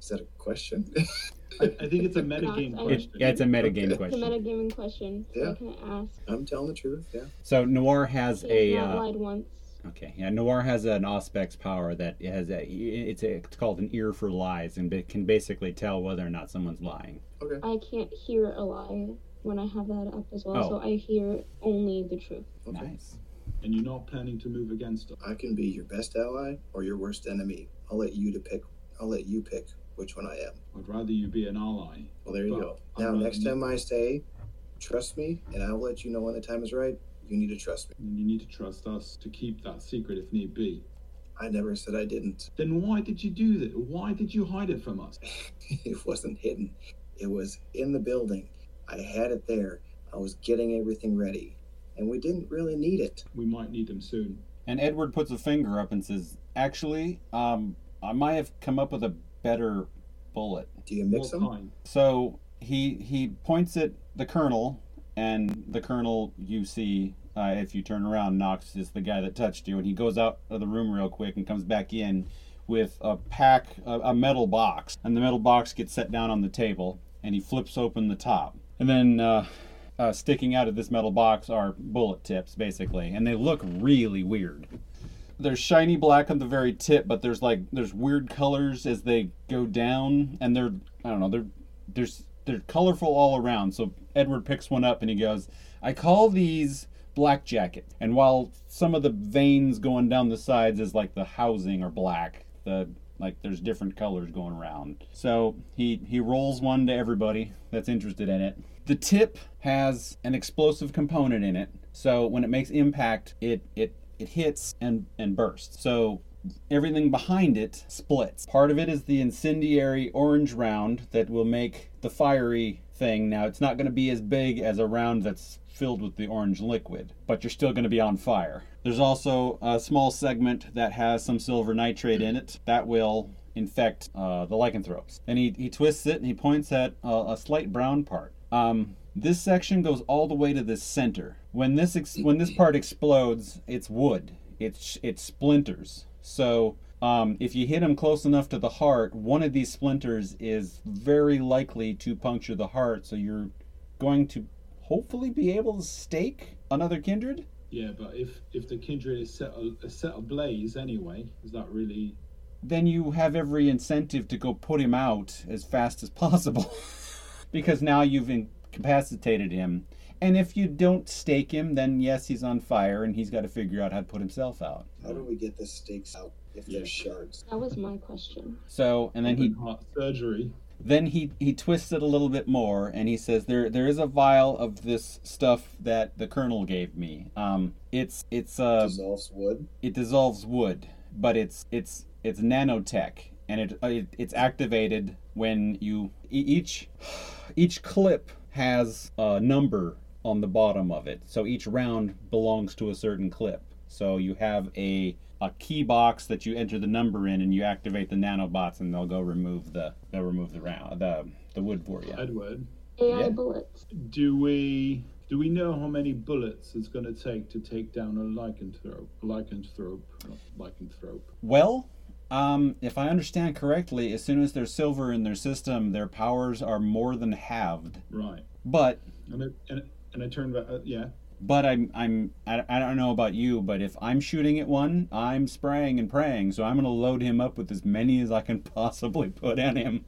[SPEAKER 4] Is that a question?
[SPEAKER 5] I, I think it's a metagame
[SPEAKER 6] It-
[SPEAKER 5] question.
[SPEAKER 2] yeah, it's a metagame
[SPEAKER 4] Okay.
[SPEAKER 6] It's a
[SPEAKER 2] question.
[SPEAKER 6] metagaming question. So
[SPEAKER 4] Yeah.
[SPEAKER 6] I can ask.
[SPEAKER 4] I'm telling the truth. Yeah.
[SPEAKER 2] So Noir has
[SPEAKER 6] He
[SPEAKER 2] a
[SPEAKER 6] has not
[SPEAKER 2] uh,
[SPEAKER 6] lied once.
[SPEAKER 2] okay. Yeah, Noir has an Auspex power that it has a it's a, it's called an ear for lies and ba- can basically tell whether or not someone's lying.
[SPEAKER 4] Okay.
[SPEAKER 6] I can't hear a lie when I have that up as well,
[SPEAKER 2] Oh.
[SPEAKER 6] so I hear only the truth.
[SPEAKER 4] Okay.
[SPEAKER 2] Nice.
[SPEAKER 5] and you're not planning to move against us.
[SPEAKER 4] I can be your best ally or your worst enemy. I'll let you to pick. I'll let you pick which one I am.
[SPEAKER 5] I'd rather you be an ally.
[SPEAKER 4] Well, there you
[SPEAKER 5] Well,
[SPEAKER 4] go.
[SPEAKER 5] I'm
[SPEAKER 4] Now,
[SPEAKER 5] not-
[SPEAKER 4] next time I say, trust me, and I'll let you know when the time is right. You need to trust me.
[SPEAKER 5] And you need to trust us to keep that secret if need be.
[SPEAKER 4] I never said I didn't.
[SPEAKER 5] Then why did you do that? Why did you hide it from us?
[SPEAKER 4] it wasn't hidden. It was in the building. I had it there. I was getting everything ready. And we didn't really need it.
[SPEAKER 5] We might need them soon.
[SPEAKER 2] And Edward puts a finger up and says, "Actually, um, I might have come up with a better bullet."
[SPEAKER 4] Do you mix them?
[SPEAKER 5] what kind?
[SPEAKER 2] So he he points at the colonel, and the colonel you see uh, if you turn around, Knox is the guy that touched you, and he goes out of the room real quick and comes back in with a pack, a, a metal box, and the metal box gets set down on the table, and he flips open the top, and then. Uh, uh, sticking out of this metal box are bullet tips, basically, and they look really weird. They're shiny black on the very tip, but there's like there's weird colors as they go down, and they're I don't know they're there's they're colorful all around. So Edward picks one up and he goes, "I call these black jacket." And while some of the veins going down the sides is like the housing are black, the like there's different colors going around. So he he rolls one to everybody that's interested in it. The tip has an explosive component in it. So when it makes impact, it it it hits and and bursts. So everything behind it splits. Part of it is the incendiary orange round that will make the fiery thing. Now, it's not going to be as big as a round that's filled with the orange liquid, but you're still going to be on fire. There's also a small segment that has some silver nitrate in it that will infect uh, the lycanthropes. And he, he twists it and he points at uh, a slight brown part. Um, this section goes all the way to the center. When this ex- when this part explodes, it's wood. It's it splinters. So um, if you hit them close enough to the heart, one of these splinters is very likely to puncture the heart. So you're going to hopefully be able to stake another kindred.
[SPEAKER 5] Yeah, but if if the kindred is set a, is set ablaze anyway, is that really?
[SPEAKER 2] Then you have every incentive to go put him out as fast as possible, because now you've incapacitated him. And if you don't stake him, then yes, he's on fire, and he's got to figure out how to put himself out.
[SPEAKER 4] How do we get the stakes out if
[SPEAKER 5] Yeah.
[SPEAKER 4] they're shards?
[SPEAKER 6] That was my question.
[SPEAKER 2] So, and then he
[SPEAKER 5] open heart surgery.
[SPEAKER 2] then he he twists it a little bit more and he says there there is a vial of this stuff that the colonel gave me um it's it's
[SPEAKER 5] Um,
[SPEAKER 2] uh
[SPEAKER 4] Dissolves wood.
[SPEAKER 2] it dissolves wood but it's it's it's nanotech and it, uh, it it's activated when you e- each each clip has a number on the bottom of it so each round belongs to a certain clip so you have a a key box that you enter the number in and you activate the nanobots and they'll go remove the they'll remove the round the the wood for you
[SPEAKER 5] Edward,
[SPEAKER 6] AI
[SPEAKER 2] Yeah.
[SPEAKER 6] bullets.
[SPEAKER 5] do we do we know how many bullets it's going to take to take down a lycanthrope? Lycanthrope, not lycanthrope.
[SPEAKER 2] Well, um, if I understand correctly, as soon as there's silver in their system, their powers are more than halved.
[SPEAKER 5] Right.
[SPEAKER 2] But
[SPEAKER 5] And it, and, it- and I turned back. Uh, yeah.
[SPEAKER 2] but I'm I'm I, I don't know about you, but if I'm shooting at one, I'm spraying and praying, so I'm gonna load him up with as many as I can possibly put at him.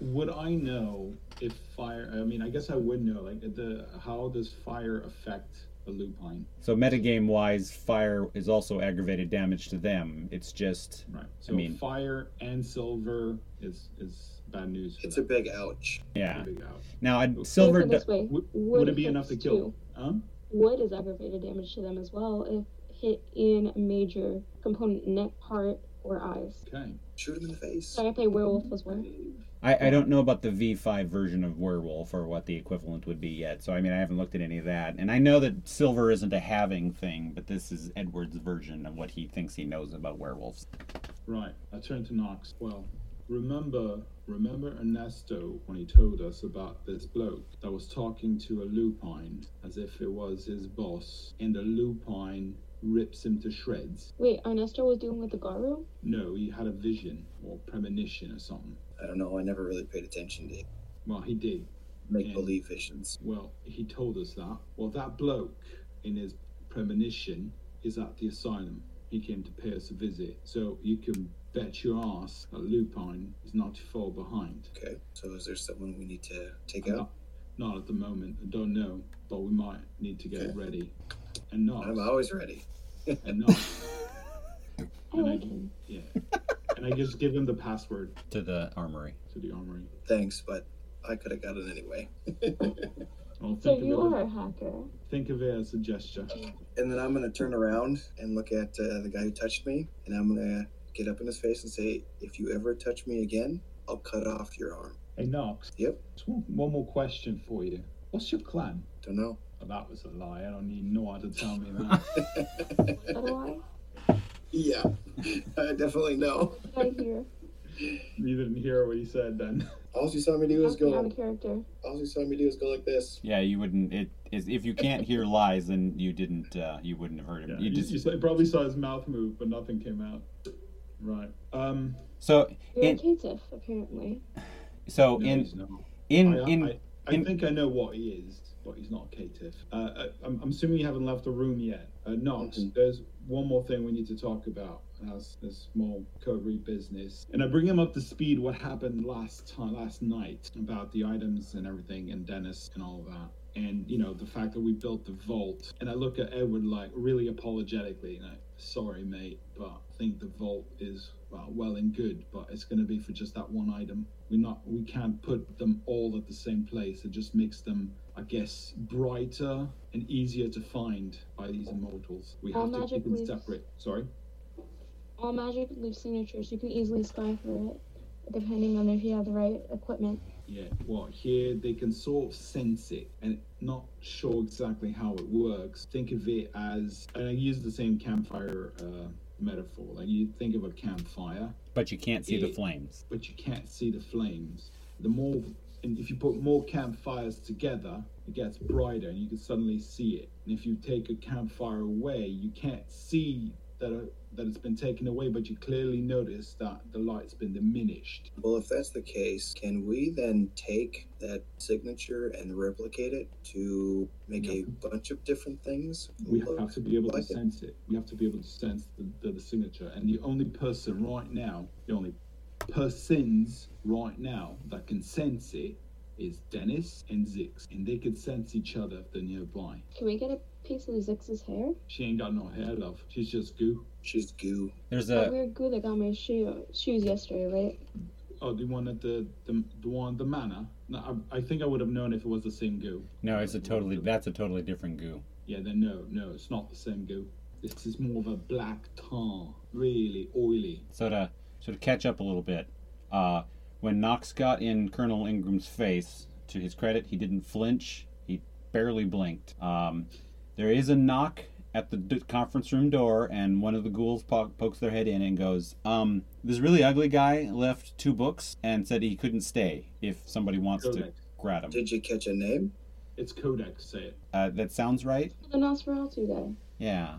[SPEAKER 5] Would I know if fire? I mean, I guess I would know. Like the how does fire affect a lupine?
[SPEAKER 2] So metagame wise, fire is also aggravated damage to them. It's just
[SPEAKER 5] Right. So
[SPEAKER 2] mean-
[SPEAKER 5] fire and silver is is bad news. For
[SPEAKER 4] It's a
[SPEAKER 5] them.
[SPEAKER 4] big ouch.
[SPEAKER 2] yeah.
[SPEAKER 5] Big out.
[SPEAKER 2] Now I,
[SPEAKER 5] Look
[SPEAKER 2] silver.
[SPEAKER 6] Look at
[SPEAKER 2] do-
[SPEAKER 6] it this way.
[SPEAKER 5] Would,
[SPEAKER 6] Wood
[SPEAKER 5] would it be enough to
[SPEAKER 6] affects
[SPEAKER 5] kill?
[SPEAKER 6] two.
[SPEAKER 5] Huh?
[SPEAKER 6] Wood is aggravated damage to them as well if hit in a major component, neck, heart, or eyes.
[SPEAKER 5] Okay.
[SPEAKER 4] Shoot him in the face.
[SPEAKER 6] So I play werewolf as well.
[SPEAKER 2] I, I don't know about the V5 version of Werewolf or what the equivalent would be yet. So, I mean, I haven't looked at any of that. And I know that silver isn't a having thing, but this is Edward's version of what he thinks he knows about werewolves.
[SPEAKER 5] Right. I turn to Knox. Well, remember, remember Ernesto when he told us about this bloke that was talking to a lupine as if it was his boss, and the lupine rips him to shreds.
[SPEAKER 6] Wait, Ernesto was doing with the Garu? Oh,
[SPEAKER 5] No, he had a vision or premonition or something.
[SPEAKER 4] I don't know. I never really paid attention to
[SPEAKER 5] Well, he did.
[SPEAKER 4] make
[SPEAKER 5] Yeah.
[SPEAKER 4] believe visions.
[SPEAKER 5] Well, he told us that. Well, that bloke in his premonition is at the asylum. He came to pay us a visit. So you can bet your ass that Lupine is not far behind.
[SPEAKER 4] Okay. So is there someone we need to take
[SPEAKER 5] I'm
[SPEAKER 4] out?
[SPEAKER 5] Not, not at the moment. I don't know, but we might need to get
[SPEAKER 4] Okay.
[SPEAKER 5] ready. And not.
[SPEAKER 4] I'm always ready.
[SPEAKER 5] And not.
[SPEAKER 6] I like him.
[SPEAKER 5] yeah. And I just give him the password
[SPEAKER 2] To the armory.
[SPEAKER 5] to the armory.
[SPEAKER 4] Thanks, but I could have got it anyway.
[SPEAKER 5] I'll
[SPEAKER 6] So
[SPEAKER 5] think
[SPEAKER 6] you
[SPEAKER 5] of
[SPEAKER 6] are
[SPEAKER 5] it.
[SPEAKER 6] a hacker.
[SPEAKER 5] Think of it as a gesture.
[SPEAKER 4] And then I'm gonna turn around and look at uh, the guy who touched me, and I'm gonna get up in his face and say, "If you ever touch me again, I'll cut off your arm."
[SPEAKER 5] Hey Knox.
[SPEAKER 4] Yep.
[SPEAKER 5] Just one, one more question for you. What's your clan?
[SPEAKER 4] Don't know.
[SPEAKER 5] Oh, that was a lie. I don't need no one to tell me that.
[SPEAKER 6] Otherwise,
[SPEAKER 4] Yeah, I definitely know.
[SPEAKER 6] I hear.
[SPEAKER 5] you didn't hear what he said then.
[SPEAKER 4] All you saw me do is
[SPEAKER 6] Must be out
[SPEAKER 4] go.
[SPEAKER 6] of character.
[SPEAKER 4] All you saw me do is go like this.
[SPEAKER 2] Yeah, you wouldn't. It is if you can't hear lies, then you didn't. Uh, you wouldn't have heard him.
[SPEAKER 5] Yeah,
[SPEAKER 2] you
[SPEAKER 5] you,
[SPEAKER 2] just
[SPEAKER 5] you saw- you probably saw his mouth move, but nothing came out. Right. Um.
[SPEAKER 2] so
[SPEAKER 6] You're
[SPEAKER 2] In-
[SPEAKER 6] a caitiff, apparently.
[SPEAKER 2] so
[SPEAKER 5] no,
[SPEAKER 2] in
[SPEAKER 5] he's not.
[SPEAKER 2] in
[SPEAKER 5] I,
[SPEAKER 2] in
[SPEAKER 5] I, I
[SPEAKER 2] in-
[SPEAKER 5] think I know what he is, but he's not a caitiff. Uh, I, I'm, I'm assuming you haven't left the room yet. Uh, Knox,
[SPEAKER 4] Mhm.
[SPEAKER 5] there's one more thing we need to talk about. As a small coterie business, and I bring him up to speed what happened last time, last night about the items and everything, and Dennis and all that, and you know the fact that we built the vault. And I look at Edward like really apologetically, and I, sorry mate, but I think the vault is well, well and good, but it's going to be for just that one item. We're not, we can't put them all at the same place. It just makes them, I guess, brighter and easier to find by these immortals. We
[SPEAKER 6] All
[SPEAKER 5] have to keep them
[SPEAKER 6] magically-
[SPEAKER 5] separate. Sorry.
[SPEAKER 6] All magic leaf signatures, you can easily spy for it, depending on if you have the right equipment.
[SPEAKER 5] Yeah, well, here they can sort of sense it and not sure exactly how it works. Think of it as, and I use the same campfire uh, metaphor. Like you think of a campfire,
[SPEAKER 2] but you can't see the
[SPEAKER 5] it-
[SPEAKER 2] flames.
[SPEAKER 5] but you can't see the flames. The more, and if you put more campfires together, it gets brighter and you can suddenly see it. And if you take a campfire away, you can't see that, uh that it's been taken away, but you clearly notice that the light's been diminished.
[SPEAKER 4] Well, if that's the case, can we then take that signature and replicate it to make a bunch of different things?
[SPEAKER 5] We
[SPEAKER 4] look
[SPEAKER 5] have to be able to
[SPEAKER 4] like it?
[SPEAKER 5] sense it. We have to be able to sense the, the, the signature. And the only person right now, the only persons right now that can sense it is Dennis and Zix. And they can sense each other if they're nearby.
[SPEAKER 6] Can we get a piece of Zix's hair?
[SPEAKER 5] She ain't got no hair, love. She's just goo.
[SPEAKER 4] She's goo.
[SPEAKER 2] There's
[SPEAKER 6] That
[SPEAKER 2] a
[SPEAKER 6] weird goo that got my shoe, shoes yesterday, right?
[SPEAKER 5] Oh, the one at the the, the one at the manor. No, I, I think I would have known if it was the same goo.
[SPEAKER 2] no. It's a totally. That's a totally different goo.
[SPEAKER 5] Yeah, then no, no, it's not the same goo. This is more of a black tar, really oily.
[SPEAKER 2] So to so to catch up a little bit, uh, when Knox got in Colonel Ingram's face, to his credit, he didn't flinch. He barely blinked. Um, there is a knock at the d- conference room door, and one of the ghouls po- pokes their head in and goes, um, "This really ugly guy left two books and said he couldn't stay if somebody wants to
[SPEAKER 5] Codex.
[SPEAKER 2] grab him."
[SPEAKER 4] Did you catch a name?
[SPEAKER 5] It's Codex, say it.
[SPEAKER 2] Uh, that sounds right.
[SPEAKER 6] The Nosferatu guy.
[SPEAKER 2] Yeah.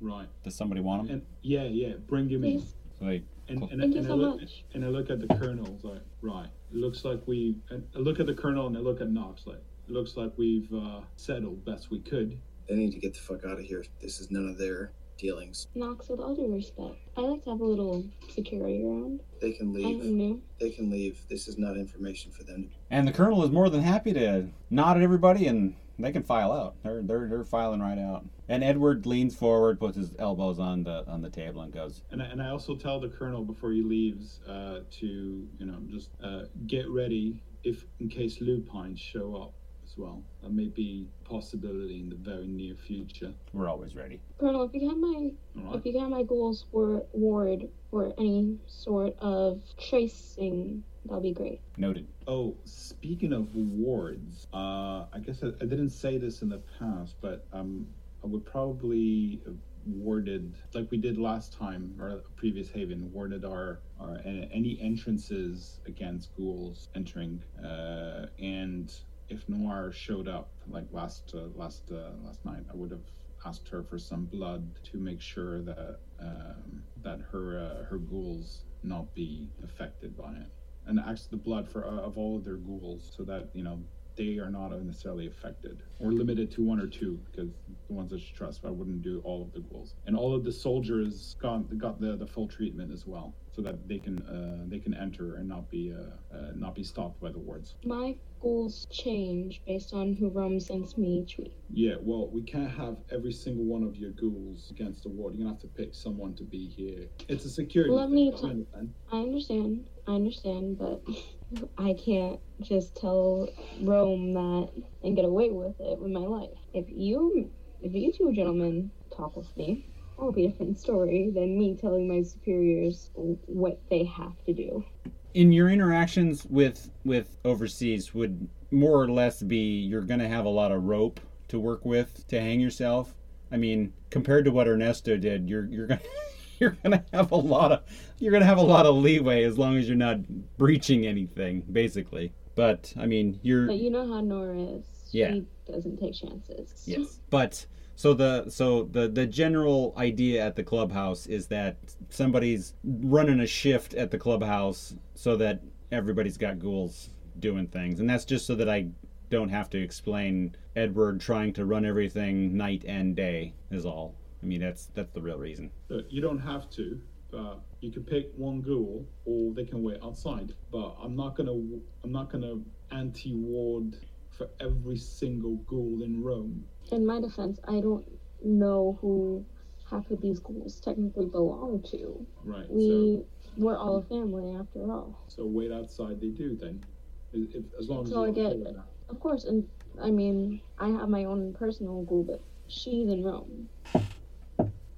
[SPEAKER 5] Right.
[SPEAKER 2] Does somebody want him?
[SPEAKER 5] And yeah, yeah, bring him in.
[SPEAKER 6] Please.
[SPEAKER 2] So they,
[SPEAKER 5] And,
[SPEAKER 2] Cool.
[SPEAKER 5] and,
[SPEAKER 6] Thank you
[SPEAKER 5] and I
[SPEAKER 6] so
[SPEAKER 5] look,
[SPEAKER 6] much.
[SPEAKER 5] and I look at the colonel, like, right, it looks like we, and I look at the colonel and I look at Knox, like, it looks like we've uh, settled best we could.
[SPEAKER 4] They need to get the fuck out of here. This is none of their dealings.
[SPEAKER 6] Knox, with all due respect, I like to have a little security around.
[SPEAKER 4] They can
[SPEAKER 6] I don't
[SPEAKER 4] leave.
[SPEAKER 6] know.
[SPEAKER 4] They can leave. This is not information for them.
[SPEAKER 2] And the colonel is more than happy to nod at everybody, and they can file out. They're they're they're filing right out. And Edward leans forward, puts his elbows on the on the table, and goes,
[SPEAKER 5] And I, and I also tell the colonel before he leaves uh, to you know just uh, get ready if in case lupines show up as well. That may be a possibility in the very near future.
[SPEAKER 2] "We're always ready."
[SPEAKER 6] Colonel, if you have my
[SPEAKER 5] All
[SPEAKER 6] if
[SPEAKER 5] right.
[SPEAKER 6] you got my goals for ward for any sort of tracing, that'll be great.
[SPEAKER 2] Noted.
[SPEAKER 5] Oh, speaking of wards, uh, I guess I, I didn't say this in the past, but um, I would probably have warded like we did last time or previous haven warded our, our a- any entrances against ghouls entering uh, and if noir showed up like last uh, last uh, last night i would have asked her for some blood to make sure that um, that her uh, her ghouls not be affected by it and ask the blood for uh, of all of their ghouls so that you know they are not necessarily affected or limited to one or two because the ones that you trust i wouldn't do all of the ghouls and all of the soldiers got got the, the full treatment as well so that they can uh, they can enter and not be uh, uh, not be stopped by the wards
[SPEAKER 6] My goals change based on who Rome sends me each week.
[SPEAKER 5] yeah well we can't have every single one of your ghouls against the ward you're gonna have to pick someone to be here it's a security
[SPEAKER 6] Let me
[SPEAKER 5] thing,
[SPEAKER 6] t-
[SPEAKER 5] I understand.
[SPEAKER 6] I understand, I understand, but I can't just tell Rome that and get away with it with my life. If you if you two gentlemen talk with me, that'll be a different story than me telling my superiors what they have to do.
[SPEAKER 2] in your interactions with with overseas would more or less be you're going to have a lot of rope to work with to hang yourself i mean compared to what ernesto did you're you're going to you're going to have a lot of you're going to have a lot of leeway as long as you're not breaching anything basically but i mean you're
[SPEAKER 6] But you know how Nora is.
[SPEAKER 2] Yeah.
[SPEAKER 6] She doesn't take chances.
[SPEAKER 2] Yes. But so the so the the general idea at the clubhouse is that somebody's running a shift at the clubhouse so that everybody's got ghouls doing things, and that's just so that I don't have to explain Edward trying to run everything night and day is all. I mean that's that's the real reason.
[SPEAKER 5] Look, you don't have to, but you can pick one ghoul, or they can wait outside. But I'm not gonna, I'm not gonna anti-ward for every single ghoul in Rome.
[SPEAKER 6] In my defense, I don't know who half of these ghouls technically belong to.
[SPEAKER 5] Right.
[SPEAKER 6] We we're all a family after all.
[SPEAKER 5] So, so wait outside. They do then, if, if- as long as
[SPEAKER 6] So I
[SPEAKER 5] you're okay
[SPEAKER 6] get-
[SPEAKER 5] with that.
[SPEAKER 6] Of course, and I mean I have my own personal ghoul, but she's in Rome.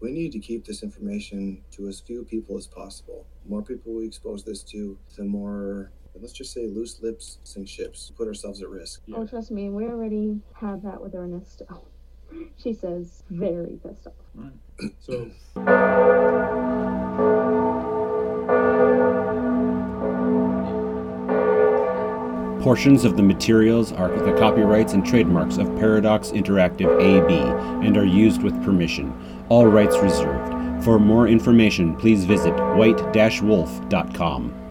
[SPEAKER 4] We need to keep this information to as few people as possible. The more people we expose this to, the more, let's just say, loose lips sink ships, put ourselves at risk.
[SPEAKER 5] Yeah.
[SPEAKER 6] Oh, trust me, we already had that with Ernesto. She says very pissed off.
[SPEAKER 5] Right. So,
[SPEAKER 1] Portions of the materials are the copyrights and trademarks of Paradox Interactive AB and are used with permission. All rights reserved. For more information, please visit white-wolf.com.